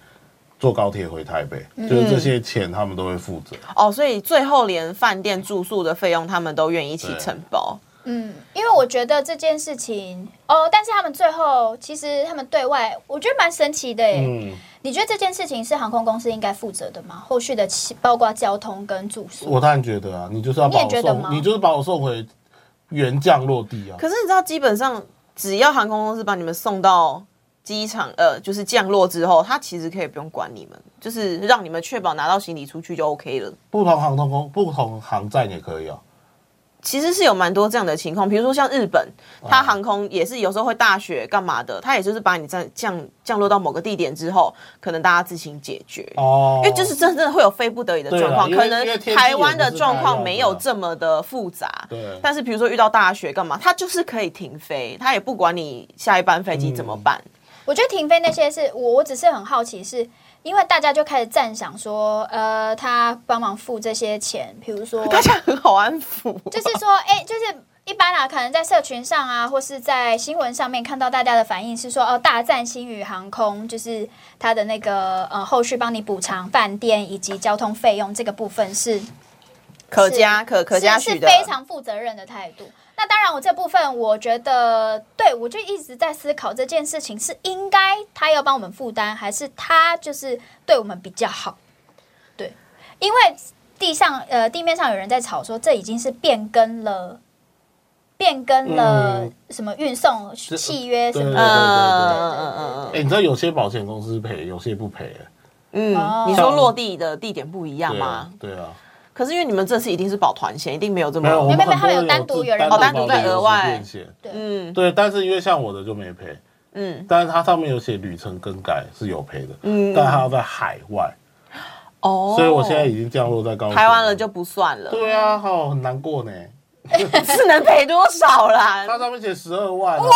Speaker 3: 坐高铁回台北，
Speaker 4: 嗯
Speaker 3: 就是这些钱他们都会负责。
Speaker 1: 哦，所以最后连饭店住宿的费用，他们都愿意一起
Speaker 3: 对
Speaker 1: 承包。
Speaker 4: 嗯，因为我觉得这件事情哦，但是他们最后其实他们对外，我觉得蛮神奇的耶。
Speaker 3: 嗯，
Speaker 4: 你觉得这件事情是航空公司应该负责的吗？后续的其包括交通跟住宿，
Speaker 3: 我当然觉得啊，你就是要把
Speaker 4: 你
Speaker 3: 我
Speaker 4: 也觉得吗
Speaker 3: 送，你就是把我送回原降落地啊。
Speaker 1: 可是你知道，基本上只要航空公司把你们送到机场，呃，就是降落之后，他其实可以不用管你们，就是让你们确保拿到行李出去就 OK 了。
Speaker 3: 不同航空公不同航站也可以啊。
Speaker 1: 其实是有蛮多这样的情况，比如说像日本，它航空也是有时候会大雪干嘛的，它也就是把你在降降落到某个地点之后，可能大家自行解决。
Speaker 3: 哦，
Speaker 1: 因为就是真的会有飞不得已的状况，
Speaker 3: 对啦
Speaker 1: 可
Speaker 3: 因为
Speaker 1: 能
Speaker 3: 因为天气
Speaker 1: 台湾的状
Speaker 3: 也
Speaker 1: 况
Speaker 3: 不是太好
Speaker 1: 没有这么的复杂。
Speaker 3: 对
Speaker 1: 但是比如说遇到大雪干嘛，它就是可以停飞，它也不管你下一班飞机怎么办。
Speaker 4: 我觉得停飞那些是我，我只是很好奇是，因为大家就开始赞赏说，呃，他帮忙付这些钱，比如 说，
Speaker 1: 大家很好安抚，
Speaker 4: 就是说，哎、就是一般啊，可能在社群上啊，或是在新闻上面看到大家的反应是说，哦，大赞星宇航空，就是它的那个呃后续帮你补偿饭店以及交通费用这个部分是
Speaker 1: 可加可可加许
Speaker 4: 是是
Speaker 1: 的，
Speaker 4: 非常负责任的态度。那当然，我这部分我觉得，对我就一直在思考这件事情是应该他要帮我们负担，还是他就是对我们比较好？对，因为地上呃地面上有人在吵说，这已经是变更了，变更了
Speaker 3: 嗯
Speaker 4: 什么运送契约什么
Speaker 3: 对对
Speaker 4: 的。
Speaker 1: 嗯嗯嗯
Speaker 3: 哎，你知道有些保险公司赔，有些不赔，哎
Speaker 1: 嗯
Speaker 4: 哦
Speaker 1: 嗯，你说落地的地点不一样
Speaker 3: 对啊
Speaker 1: 吗？，
Speaker 3: 对啊，
Speaker 1: 可是因为你们这次一定是保团险，一定没有这么
Speaker 3: 没有，我
Speaker 4: 没
Speaker 3: 们
Speaker 4: 有没
Speaker 3: 很多
Speaker 4: 有他们有单独有人
Speaker 1: 哦单独
Speaker 3: 在
Speaker 1: 在额外
Speaker 3: 嗯
Speaker 1: 嗯
Speaker 3: 对，但是因为像我的就没赔，
Speaker 1: 嗯
Speaker 3: 但是它上面有写旅程更改是有赔的，嗯，但它要在海外，
Speaker 1: 哦，
Speaker 3: 所以我现在已经降落在高雄
Speaker 1: 台湾了就不算了，
Speaker 3: 对啊，好很难过呢。
Speaker 1: 是能赔多少啦？
Speaker 3: 它上面写十二万啊，
Speaker 1: 哦，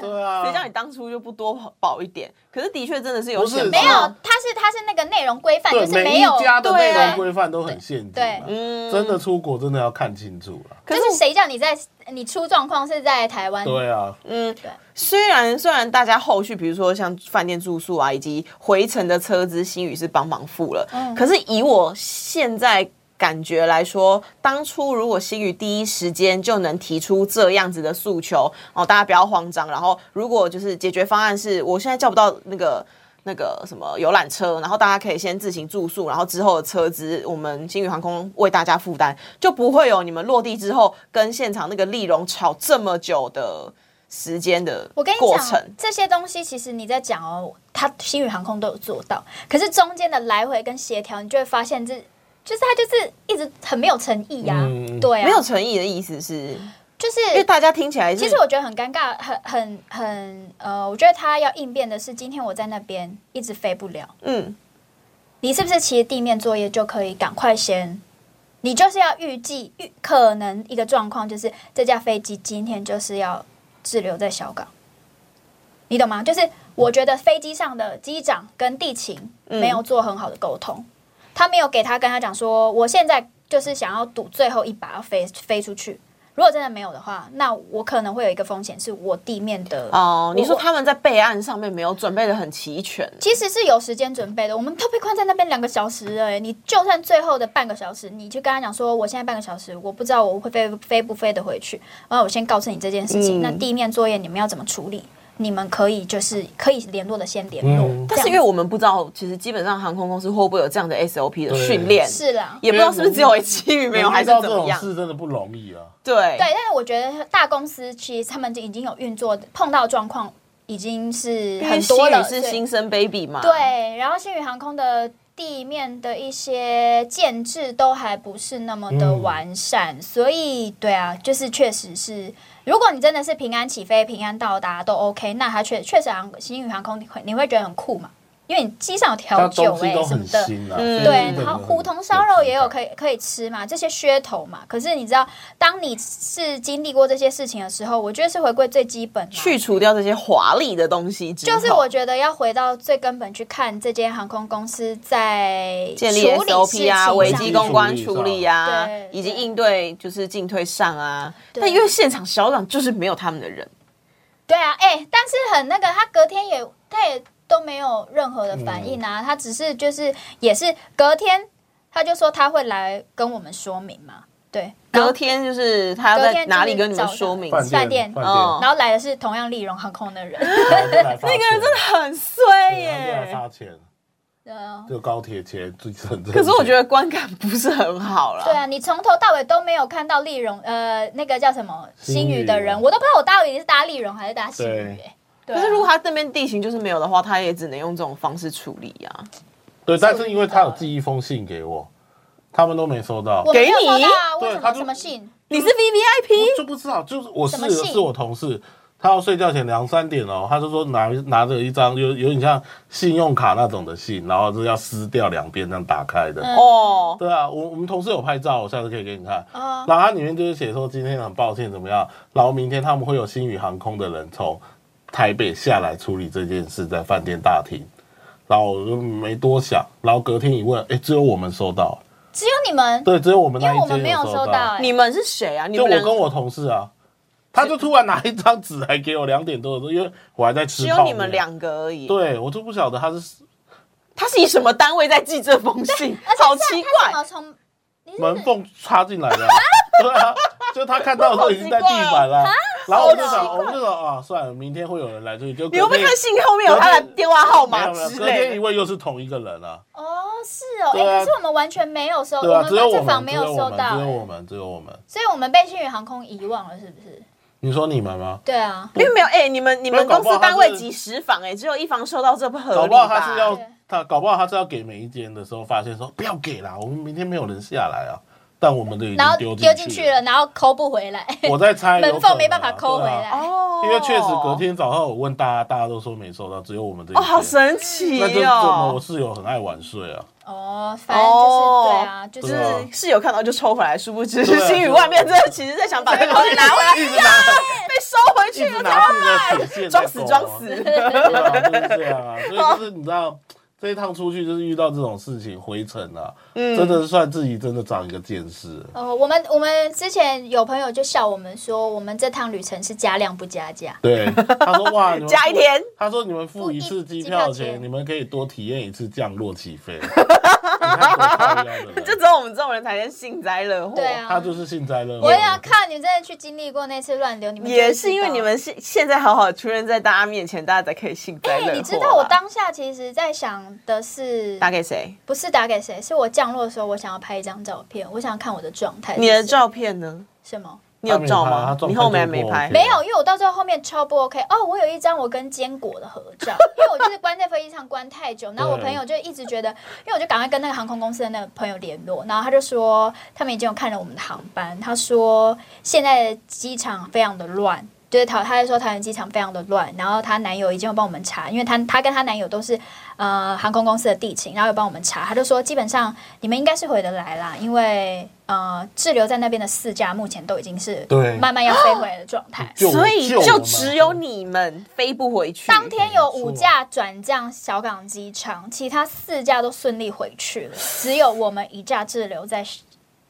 Speaker 3: 对啊，
Speaker 1: 谁叫你当初就不多保一点？可是的确真的是有
Speaker 3: 不是
Speaker 1: 险吗
Speaker 4: 没有，他是他是那个内容规范，就
Speaker 3: 哦对
Speaker 4: 是
Speaker 3: 每
Speaker 4: 没
Speaker 3: 一
Speaker 4: 有，
Speaker 3: 家的内
Speaker 1: 对啊
Speaker 3: 容规范都很限制
Speaker 4: 对
Speaker 3: 啊，
Speaker 1: 嗯
Speaker 3: 真的出国真的要看清楚啊了。
Speaker 1: 可
Speaker 4: 就是是谁叫你在你出状况是在台湾？
Speaker 3: 对啊，
Speaker 1: 嗯，虽然虽然大家后续比如说像饭店住宿啊，以及回程的车资，新宇是帮忙付了，可是以我现在。感觉来说，当初如果新宇第一时间就能提出这样子的诉求，哦，大家不要慌张。然后，如果就是解决方案是我现在叫不到那个那个什么游览车，然后大家可以先自行住宿，然后之后的车资我们星宇航空为大家负担，就不会有你们落地之后跟现场那个利荣吵这么久的时间的
Speaker 4: 我跟你
Speaker 1: 过
Speaker 4: 讲
Speaker 1: 程，。
Speaker 4: 这些东西其实你在讲哦，它星宇航空都有做到，可是中间的来回跟协调，你就会发现这就是它就是一直很没有诚意呀、
Speaker 3: 嗯
Speaker 4: 对啊，
Speaker 1: 没有诚意的意思是，因
Speaker 4: 就是
Speaker 1: 为大家听起来是
Speaker 4: 其实我觉得很尴尬，很很很呃，我觉得他要应变的是，今天我在那边一直飞不了，
Speaker 1: 嗯，
Speaker 4: 你是不是其实地面作业就可以赶快先？你就是要预计预可能一个状况，就是这架飞机今天就是要滞留在小港，你懂吗？就是我觉得飞机上的机长跟地勤没有做很好的沟通，他没有给他跟他讲说，我现在就是想要赌最后一把要飞飞出去。如果真的没有的话，那我可能会有一个风险，是我地面的
Speaker 1: 哦，你说
Speaker 4: 我
Speaker 1: 他们在备案上面没有准备的很齐全，
Speaker 4: 其实是有时间准备的，我们都被关在那边两个小时了耶。你就算最后的半个小时，你就跟他讲说，我现在半个小时，我不知道我会飞飞不飞得回去。然后我先告诉你这件事情，
Speaker 1: 嗯
Speaker 4: 那地面作业你们要怎么处理？你们可以就是可以联络的先联络，
Speaker 3: 嗯
Speaker 1: 但是因
Speaker 4: 这
Speaker 1: 为
Speaker 4: 样
Speaker 1: 我们不知道，其实基本上航空公司会不会有这样的 SOP 的训练，
Speaker 4: 是啦，
Speaker 1: 也不知道是不是只有新宇没有，还
Speaker 3: 遇
Speaker 1: 是
Speaker 3: 到
Speaker 1: 怎
Speaker 3: 这
Speaker 1: 么
Speaker 3: 种
Speaker 1: 样？
Speaker 3: 事真的不容易啊。
Speaker 1: 对
Speaker 4: 对，但是我觉得大公司其实他们已经有运作，碰到状况已经是
Speaker 1: 因为
Speaker 4: 很
Speaker 1: 新
Speaker 4: 多
Speaker 1: 宇
Speaker 4: 了，
Speaker 1: 是
Speaker 4: 所以
Speaker 1: 新生 baby 嘛，
Speaker 4: 对，然后星宇航空的地面的一些建制都还不是那么的完善，所以对啊，就是确实是，如果你真的是平安起飞、平安到达都 OK，那它确确实航星宇航空你会你会觉得很酷嘛，因为你机上有
Speaker 3: 它
Speaker 4: 调酒
Speaker 3: 东
Speaker 4: 哎、
Speaker 3: 西都
Speaker 4: 什么
Speaker 3: 很
Speaker 4: 的。
Speaker 3: 新啊，
Speaker 1: 嗯
Speaker 3: 所以
Speaker 4: 对
Speaker 3: 真，的
Speaker 4: 然后
Speaker 3: 很
Speaker 4: 胡同烧肉也有
Speaker 3: 质
Speaker 4: 可以可以吃嘛，这些噱头嘛。可是你知道，当你是经历过这些事情的时候，我觉得是回归最基本嘛。
Speaker 1: 去除掉这些华丽的东西之
Speaker 4: 就
Speaker 1: 后，
Speaker 4: 是我觉得要回到最根本去看这间航空公司在
Speaker 1: 建立
Speaker 4: 处理事情
Speaker 1: SOP 啊、
Speaker 4: 上
Speaker 1: 危机公关处理啊
Speaker 4: 对，
Speaker 1: 以及
Speaker 4: 对
Speaker 1: 应对就是进退上啊。但因为现场小港就是没有他们的人，
Speaker 4: 对啊，哎、但是很那个，他隔天也他也都没有任何的反应
Speaker 1: 嗯
Speaker 4: 啊，他只是就是也是隔天他就说他会来跟我们说明嘛，对，然后
Speaker 1: 隔天就是他要
Speaker 4: 隔
Speaker 1: 在
Speaker 4: 天就是
Speaker 1: 哪里跟你
Speaker 4: 早
Speaker 1: 们
Speaker 4: 上
Speaker 1: 说明。
Speaker 3: 感
Speaker 1: 那
Speaker 4: 饭
Speaker 3: 饭
Speaker 4: 店嗯
Speaker 3: 店
Speaker 1: 哦
Speaker 4: 然后来的是同样利荣航空 的人，
Speaker 3: 那个人真的
Speaker 1: 很衰
Speaker 3: 耶，
Speaker 1: 耶，
Speaker 3: 差钱，
Speaker 4: 嗯
Speaker 3: 就高铁钱最省。
Speaker 1: 可是我觉得观感不是很好啦。
Speaker 4: 对啊，你从头到尾都没有看到丽荣，呃，那个叫什么
Speaker 3: 星
Speaker 4: 星
Speaker 3: 宇啊
Speaker 4: 宇的人，我都不知道我到底是搭丽荣还是搭星宇、
Speaker 3: 对
Speaker 4: 哎对啊
Speaker 1: 可是如果他那边地形就是没有的话，他也只能用这种方式处理啊。
Speaker 3: 对，但是因为他有寄一封信给我，他们都没收到
Speaker 4: 我。没有收
Speaker 1: 给你
Speaker 4: 到啊，为
Speaker 3: 对
Speaker 4: 什
Speaker 3: 他
Speaker 4: 么
Speaker 3: 就
Speaker 4: 什么信？
Speaker 1: 你是 V V I P，
Speaker 3: 我就不知道，就是我室
Speaker 4: 什么
Speaker 3: 友
Speaker 4: 戏
Speaker 3: 是我同事，他要睡觉前两三点哦，他就说拿拿着一张有有点像信用卡那种的信，然后就是要撕掉两边这样打开的。
Speaker 4: 嗯
Speaker 1: 哦，
Speaker 3: 对啊，我我们同事有拍照，我下次可以给你看。
Speaker 4: 哦
Speaker 3: 然后它里面就是写说今天很抱歉怎么样，然后明天他们会有星宇航空的人从台北下来处理这件事，在饭店大厅。然后我就没多想，然后隔天一问，哎，只有我们收到，
Speaker 4: 只有你们，
Speaker 3: 对，只有我们
Speaker 4: 因
Speaker 3: 那
Speaker 4: 为
Speaker 3: 一
Speaker 4: 我
Speaker 3: 间
Speaker 4: 们没有
Speaker 3: 收到
Speaker 4: 收到、。哎，
Speaker 1: 你们是谁啊？你
Speaker 3: 就
Speaker 1: 们
Speaker 3: 我
Speaker 1: 两
Speaker 3: 跟
Speaker 1: 个
Speaker 3: 我同事啊，他就突然拿一张纸来给我，两点多的时候，因为我还在吃
Speaker 1: 只
Speaker 3: 泡面。
Speaker 1: 有你们，两个而已。，
Speaker 3: 对我就不晓得他是
Speaker 1: 他是以什么单位在寄这封信？
Speaker 4: 而且
Speaker 1: 好
Speaker 4: 是
Speaker 1: 奇
Speaker 4: 他
Speaker 1: 怪
Speaker 4: 怎么。从你是
Speaker 3: 门缝插进来的 啊，对啊，就他看到的时候已经在地板了，然后我就想，我们就说啊，算了，明天会有人来处理，就
Speaker 1: 你会不
Speaker 3: 隔
Speaker 1: 会
Speaker 3: 天
Speaker 1: 看信后面有他的电话号码
Speaker 3: 没有没有
Speaker 1: 之
Speaker 3: 隔天
Speaker 1: 类
Speaker 3: 一
Speaker 1: 的？
Speaker 3: 位又是同一个人啊，
Speaker 4: 哦，是哦，哎、
Speaker 3: 对啊
Speaker 4: 可是我们完全没有收，
Speaker 3: 对啊，
Speaker 4: 哦们
Speaker 3: 只有我
Speaker 4: 这房
Speaker 3: 们，
Speaker 4: 没
Speaker 3: 只有
Speaker 4: 有
Speaker 3: 我
Speaker 4: 收
Speaker 3: 们，
Speaker 4: 到、
Speaker 3: 只有
Speaker 4: 哎
Speaker 3: 我们，只有我们。
Speaker 4: 所以我们被星宇航空遗忘了，是不是？
Speaker 3: 你说你们吗？
Speaker 4: 对啊，
Speaker 1: 并没有，哎，你们你
Speaker 3: 没
Speaker 1: 们
Speaker 3: 有搞
Speaker 1: 公
Speaker 3: 不好
Speaker 1: 司
Speaker 3: 他是
Speaker 1: 单位几十房，哎，只有一房收到，这不合
Speaker 3: 搞
Speaker 1: 理
Speaker 3: 不好他是
Speaker 1: 吧？
Speaker 3: 要
Speaker 4: 对
Speaker 3: 他，搞不好他是要给每一间的时候发现说不要给啦，我们明天没有人下来啊，但我们的已
Speaker 4: 然后
Speaker 3: 经
Speaker 4: 丢
Speaker 3: 进
Speaker 4: 进去了，然后抠不回来，
Speaker 3: 我在猜有可能啊，
Speaker 4: 门缝没办法抠回
Speaker 3: 对
Speaker 4: 来。
Speaker 3: 啊
Speaker 1: 哦
Speaker 3: 因为确实隔天早上我问大家，大家都说没收到，只有我们这一
Speaker 1: 哦，
Speaker 3: 间。
Speaker 1: 好神奇
Speaker 3: 那就证明我
Speaker 1: 哦。
Speaker 3: 室友很爱晚睡啊。
Speaker 4: 哦，反正就是对啊，就是
Speaker 1: 就
Speaker 3: 对啊
Speaker 1: 是室友看到就抽回来，殊不知
Speaker 3: 对啊
Speaker 1: 心宇
Speaker 3: 对啊
Speaker 1: 外面这其实在想把这东西拿回来，
Speaker 3: 一直拿，
Speaker 1: 被收回
Speaker 3: 一
Speaker 1: 去，
Speaker 3: 直拿自己的底线在
Speaker 1: 装死
Speaker 3: 走啊
Speaker 1: 装。 死。
Speaker 3: 对啊就是 这样啊，所以就是你知道。这一趟出去就是遇到这种事情回程啊，真的是
Speaker 1: 嗯
Speaker 3: 算自己真的长一个见识。
Speaker 4: 哦，我们我们之前有朋友就笑我们说，我们这趟旅程是加量不加价，
Speaker 3: 对，他说哇，你们付
Speaker 1: 加一天，
Speaker 3: 他说你们付一次机票
Speaker 4: 付一机票
Speaker 3: 钱，
Speaker 4: 钱
Speaker 3: 你们可以多体验一次降落起飞。 你看多靠腰的人
Speaker 1: 就只有我们这种人才能幸灾乐祸。
Speaker 4: 对啊
Speaker 3: 哦他就是幸灾乐祸。
Speaker 4: 我也要看你们真的去经历过那次乱流，你们就会
Speaker 1: 也是因为
Speaker 4: 知道
Speaker 1: 你们现现在好好出现在大家面前，大家才可以幸灾乐祸
Speaker 4: 哎，
Speaker 1: 啊。
Speaker 4: 你知道我当下其实在想的是，
Speaker 1: 打给谁？
Speaker 4: 不是打给谁，是我降落的时候，我想要拍一张照片，我想看我的状态是什么。
Speaker 1: 你的照片呢？
Speaker 4: 什么？
Speaker 1: 你有照吗
Speaker 3: 他没拍他？照片
Speaker 1: 你后面还没
Speaker 3: 就
Speaker 1: 拍
Speaker 3: 不 OK？
Speaker 4: 没有，因为我到最后后面超不 OK 哦，我有一张我跟坚果的合照，因为我就是关在飞机上关太久，然后我
Speaker 3: 对
Speaker 4: 朋友就一直觉得，因为我就赶快跟那个航空公司的那个朋友联络，然后他就说他们已经有看了我们的航班，他说现在的机场非常的乱。就是桃，他就说桃园机场非常的乱，然后她男友已经有帮我们查，因为她她跟她男友都是呃航空公司的地勤，然后有帮我们查，他就说基本上你们应该是回得来啦，因为呃滞留在那边的四架目前都已经是
Speaker 3: 对
Speaker 4: 慢慢要飞回来的状态，
Speaker 3: 救我
Speaker 1: 所以
Speaker 3: 救我
Speaker 1: 就
Speaker 3: 们
Speaker 1: 只有你们飞不回去。
Speaker 4: 当天有五架转降小港机场，其他四架都顺利回去了，只有我们一架滞留在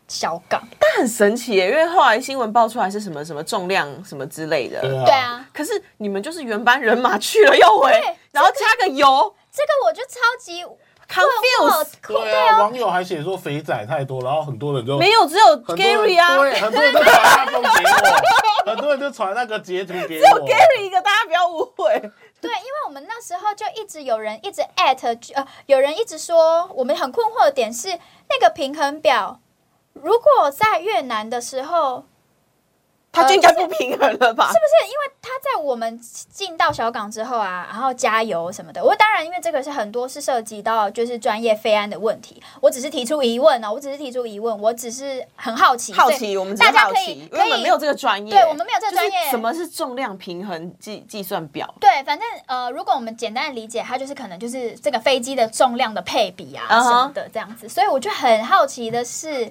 Speaker 4: 小港。
Speaker 1: 但很神奇耶，因为后来新闻爆出来是什么什么重量什么之类的。
Speaker 3: 对啊，
Speaker 4: 对啊，
Speaker 1: 可是你们就是原班人马去了又回
Speaker 4: 对，
Speaker 1: 然后加个油
Speaker 4: 这个 我就超级
Speaker 1: ，confuse
Speaker 4: 困惑。
Speaker 3: 对啊，网友还写说肥仔太多，然后很多人就
Speaker 1: 没有，只有
Speaker 3: 很多人
Speaker 1: Gary 啊，
Speaker 3: 对，很多人就传那封给 我，很多人就传那个截图给
Speaker 1: 只有
Speaker 3: 我。
Speaker 1: Gary 一个，大家不要误会。
Speaker 4: 对，因为我们那时候就一直有人一直艾特，呃，有人一直说我们很困惑的点是那个平衡表，如果在越南的时候
Speaker 1: 他就应该不平衡了吧？
Speaker 4: 呃是不是因为他在我们进到小港之后啊，然后加油什么的？我当然因为这个是很多是涉及到就是专业飞安的问题，我只是提出疑问哦，我只是提出疑问，我只是很好奇，
Speaker 1: 好
Speaker 4: 所
Speaker 1: 奇，
Speaker 4: 以
Speaker 1: 我们只是
Speaker 4: 大家
Speaker 1: 好
Speaker 4: 可
Speaker 1: 奇，
Speaker 4: 以
Speaker 1: 因
Speaker 4: 可
Speaker 1: 为我们
Speaker 4: 以
Speaker 1: 没有这个专业，
Speaker 4: 对我们没有这个专业
Speaker 1: 就是什么是重量平衡计计算表？
Speaker 4: 对，反正呃，如果我们简单的理解，它就是可能就是这个飞机的重量的配比啊、
Speaker 1: 嗯哼
Speaker 4: 什么的这样子，所以我就很好奇的是，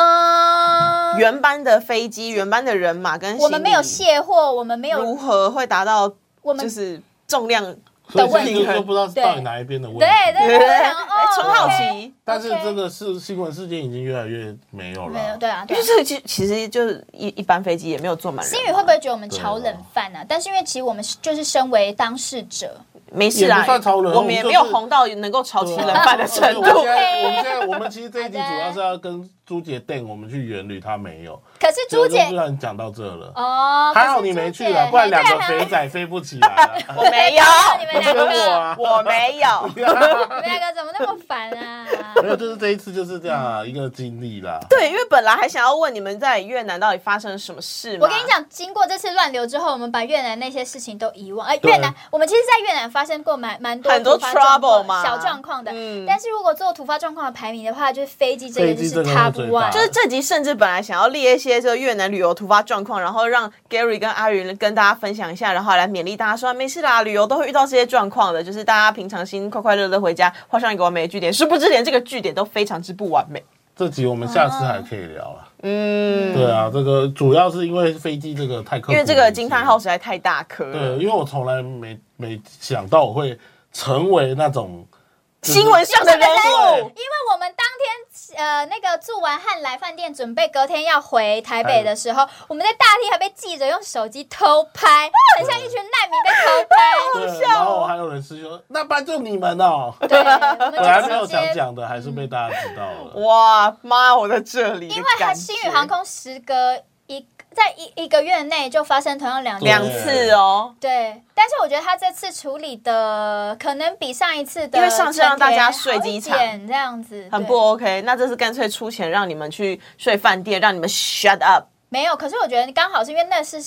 Speaker 4: 嗯、
Speaker 1: 原班的飞机、原班的人马跟
Speaker 4: 我们没有
Speaker 1: 行
Speaker 4: 卸货，我们没
Speaker 1: 李如
Speaker 4: 有，
Speaker 1: 何会达到
Speaker 4: 我们
Speaker 1: 就是重量？
Speaker 3: 所以
Speaker 4: 的问
Speaker 3: 现
Speaker 4: 题
Speaker 3: 在就是说不知道是到底哪一边的问题。
Speaker 4: 对对对，我 想哦，
Speaker 1: 哎纯好
Speaker 4: OK
Speaker 1: 奇。
Speaker 3: 但是真的是新闻事件已经越来越没有
Speaker 4: 没有
Speaker 3: 了。
Speaker 4: 对啊，
Speaker 1: 因
Speaker 4: 对啊
Speaker 1: 为这个 其其实就是一一般飞机也没有坐满人嘛，
Speaker 4: 新宇会不会觉得我们
Speaker 3: 啊
Speaker 4: 炒冷饭呢、但是因为其实我们是就是身为当事者，
Speaker 1: 没事
Speaker 3: 也
Speaker 1: 啦
Speaker 3: 不算潮人，
Speaker 1: 我们也没
Speaker 3: 我们就是
Speaker 1: 有红到能够炒起
Speaker 3: 对啊
Speaker 1: 冷饭的程
Speaker 3: 而且我
Speaker 1: 度
Speaker 3: 们现。在，我们现在，我们其实这一集主要是要跟朱姐带我们去远旅，她没有。
Speaker 4: 可是朱姐
Speaker 3: 啊就让你讲到这了，
Speaker 4: 哦，
Speaker 3: 还好你没去啊了，不然两个肥仔飞不起来啊。
Speaker 1: 我没有，
Speaker 4: 你们 两
Speaker 3: 跟我
Speaker 4: 个，
Speaker 3: 啊，
Speaker 1: 我 没有。
Speaker 4: 你们两个怎么那么烦啊？
Speaker 3: 没有，就是这一次就是这样啊，一个经历啦。
Speaker 1: 对，因为本来还想要问你们在越南到底发生了什么事嘛。
Speaker 4: 我跟你，讲，经过这次乱流之后，我们把越南那些事情都遗忘。哎、
Speaker 3: 对
Speaker 4: 越南，我们其实，在越南发生过蛮蛮多
Speaker 1: 很多
Speaker 4: 突发状
Speaker 1: trouble
Speaker 4: 况
Speaker 1: 嘛
Speaker 4: 小状况的。
Speaker 1: 嗯
Speaker 4: 但是如果做突发状况的排名的话，就是飞机这个
Speaker 3: 飞
Speaker 4: 就
Speaker 3: 机
Speaker 4: 是
Speaker 3: 这个是
Speaker 4: top
Speaker 3: 最
Speaker 4: one，
Speaker 3: 大
Speaker 1: 就是这集甚至本来想要列一些这越南旅游突发状况，然后让 Gary 跟阿云跟大家分享一下，然后来勉励大家说没事啦，旅游都会遇到这些状况的，就是大家平常心快快乐乐回家，画上一个完美的句点。殊不知连这个句点都非常之不完美。
Speaker 3: 这集我们下次还可以聊了。
Speaker 1: 嗯，
Speaker 3: 对啊，这个主要是因为飞机这个太刻苦，
Speaker 1: 因为这个惊叹号。实在太大颗
Speaker 3: 对，
Speaker 1: 了。
Speaker 3: 因为我从来没没想到我会成为那种就是
Speaker 1: 新闻上的人物，
Speaker 4: 因为我们当天呃那个住完汉来饭店，准备隔天要回台北的时候，我们在大厅还被记者用手机偷
Speaker 1: 嗯
Speaker 4: 拍，很像一群难民被偷拍。
Speaker 3: 对，然后还有人是说，那班就你们哦、
Speaker 4: 对，我
Speaker 3: 本来没
Speaker 4: 们
Speaker 3: 有
Speaker 4: 就直
Speaker 3: 想
Speaker 4: 接。
Speaker 3: 讲的，还是被大家知道了。
Speaker 1: 哇妈，我在这里的
Speaker 4: 因
Speaker 1: 感
Speaker 4: 为
Speaker 1: 觉，
Speaker 4: 它星宇航空时隔一在一一个月内就发生同样两件
Speaker 1: 两次哦，
Speaker 4: 对，但是我觉得他这次处理的可能比上一次的，
Speaker 1: 因为上次让大家睡机场
Speaker 4: 这样子，
Speaker 1: 很
Speaker 4: 对
Speaker 1: 不 OK。那这次干脆出钱让你们去睡饭店，让你们 shut up。
Speaker 4: 没有。可是我觉得刚好是因为那是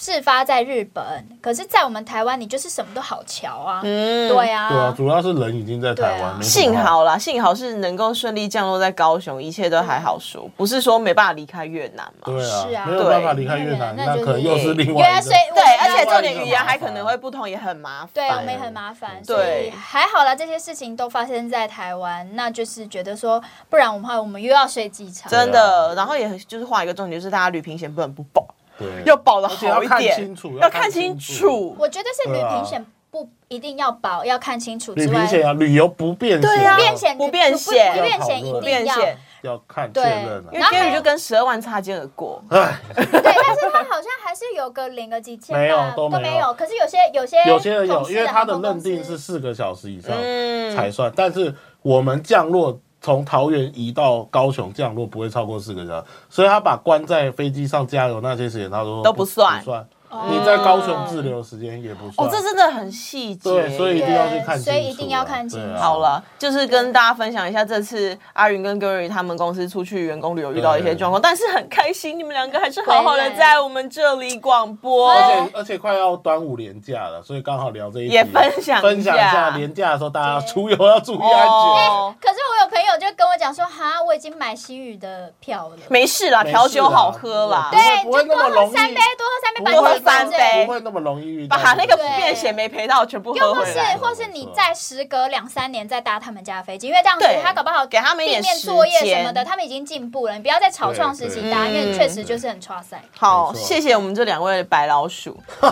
Speaker 4: 事发在日本，可是在我们台湾，你就是什么都好瞧啊，
Speaker 1: 嗯
Speaker 4: 对啊，
Speaker 3: 对啊，主要是人已经在台
Speaker 4: 对啊
Speaker 3: 湾，没什么
Speaker 1: 幸好啦，幸好是能够顺利降落在高雄，一切都还好说，不是说没办法离开越南嘛。
Speaker 3: 对啊
Speaker 4: 是啊
Speaker 3: 没有办法
Speaker 4: 对
Speaker 3: 离开越南，
Speaker 4: 那
Speaker 3: 那
Speaker 4: 就是
Speaker 3: 可能又是另
Speaker 4: 原
Speaker 3: 外一
Speaker 4: 来
Speaker 3: 个啊
Speaker 4: 所。以
Speaker 1: 对，而且重
Speaker 4: 这
Speaker 1: 点
Speaker 4: 里
Speaker 1: 语言还可能会不同，也很麻烦。
Speaker 4: 对，我们也很麻烦，所
Speaker 1: 对
Speaker 4: 以还好啦。这些事情都发生在台湾，那就是觉得说，不然我们话我们又要睡机场。
Speaker 1: 真的。然后也就是画一个重点，就是大家旅平险不能不保，
Speaker 3: 对，
Speaker 1: 要保的
Speaker 3: 而且要
Speaker 1: 好一
Speaker 3: 看
Speaker 1: 点
Speaker 3: 清楚，
Speaker 1: 要
Speaker 3: 要
Speaker 1: 看
Speaker 3: 看
Speaker 1: 清
Speaker 3: 清
Speaker 1: 楚
Speaker 3: 楚。
Speaker 4: 我觉得是旅
Speaker 3: 对啊
Speaker 4: 行险不一定要保，要看清楚
Speaker 3: 旅
Speaker 4: 之
Speaker 3: 平
Speaker 4: 外，
Speaker 3: 险啊，旅游不便
Speaker 1: 对啊
Speaker 4: 不变险
Speaker 1: 不
Speaker 4: 不
Speaker 1: 变险
Speaker 4: 不变险
Speaker 3: 不
Speaker 4: 一定
Speaker 1: 变
Speaker 4: 要。
Speaker 1: 现，
Speaker 3: 要看确
Speaker 4: 对
Speaker 3: 认
Speaker 1: 因
Speaker 4: 然
Speaker 1: 为
Speaker 4: 后
Speaker 3: 啊。
Speaker 1: Gary 就跟十二万擦肩而过。
Speaker 3: 唉，
Speaker 4: 对，但是他好像还是有个领了几千吧，
Speaker 3: 没有都
Speaker 4: 都
Speaker 3: 没有
Speaker 4: 有。可是有些有些
Speaker 3: 有些人有
Speaker 4: 同，事
Speaker 3: 因为他的
Speaker 4: 航空
Speaker 3: 认
Speaker 4: 公司
Speaker 3: 定是四个小时以上
Speaker 1: 嗯
Speaker 3: 才算，但是我们降落从桃园移到高雄降落不会超过四个小时，所以他把关在飞机上加油那些时间，他说
Speaker 1: 都不算
Speaker 3: 不算。
Speaker 4: 哦
Speaker 3: 你在高雄滞留时间也不
Speaker 1: 哦
Speaker 3: 算，。
Speaker 1: 这真的很细节。
Speaker 3: 对，所以一定要去看
Speaker 4: 对
Speaker 3: 清楚啊，
Speaker 4: 所以一定要看清楚
Speaker 3: 对啊
Speaker 1: 好了，就是跟大家分享一下这次阿云跟 Gary 他们公司出去员工旅游遇到一些状况，但是很开心，你们两个还是好好的在我们这里广播。
Speaker 3: 而且而且快要端午连假了，所以刚好聊这一集
Speaker 1: 也分享一下
Speaker 3: 分享一下连假的时候大家
Speaker 4: 对
Speaker 3: 出游要注意安
Speaker 1: 哦，
Speaker 4: 可是我有朋友就跟我讲说，哈，我已经买新宇的票了。
Speaker 1: 没事啦，
Speaker 3: 全。
Speaker 1: 调酒好喝啦，
Speaker 3: 没事
Speaker 4: 对，
Speaker 3: 啦不会
Speaker 4: 就
Speaker 3: 不会那么
Speaker 4: 多喝
Speaker 3: 容易
Speaker 4: 三杯，多喝三杯，把
Speaker 1: 多喝
Speaker 4: 自己灌
Speaker 1: 三杯
Speaker 4: 醉。
Speaker 3: 不会那么容易遇到。
Speaker 1: 把那个
Speaker 4: 对
Speaker 1: 便险没赔到全部
Speaker 4: 又
Speaker 1: 喝
Speaker 4: 或
Speaker 1: 回
Speaker 4: 是
Speaker 1: 来
Speaker 3: 对。
Speaker 4: 或是你在时隔两三年再搭他们家的飞机，因为这样子
Speaker 1: 对
Speaker 4: 他搞不好
Speaker 1: 给他们一
Speaker 4: 地
Speaker 1: 点
Speaker 4: 面
Speaker 1: 时
Speaker 4: 作业什
Speaker 1: 间
Speaker 4: 么的，他们已经进步了。你不要在草创时期搭，
Speaker 1: 对
Speaker 4: 因
Speaker 1: 对
Speaker 4: 为确实就是很差赛。
Speaker 1: 好，
Speaker 3: 没错
Speaker 1: 谢谢我们这两位白老 鼠。
Speaker 3: 好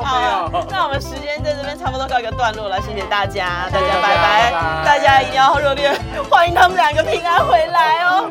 Speaker 1: 好
Speaker 3: 没有，
Speaker 1: 那我们时间在这边差不多告一个段落了，谢谢大家，大家
Speaker 3: 谢谢
Speaker 1: 拜
Speaker 3: 大家
Speaker 1: 拜
Speaker 3: 拜，拜
Speaker 1: 大家一定要热烈欢迎他们两个平安回来哦，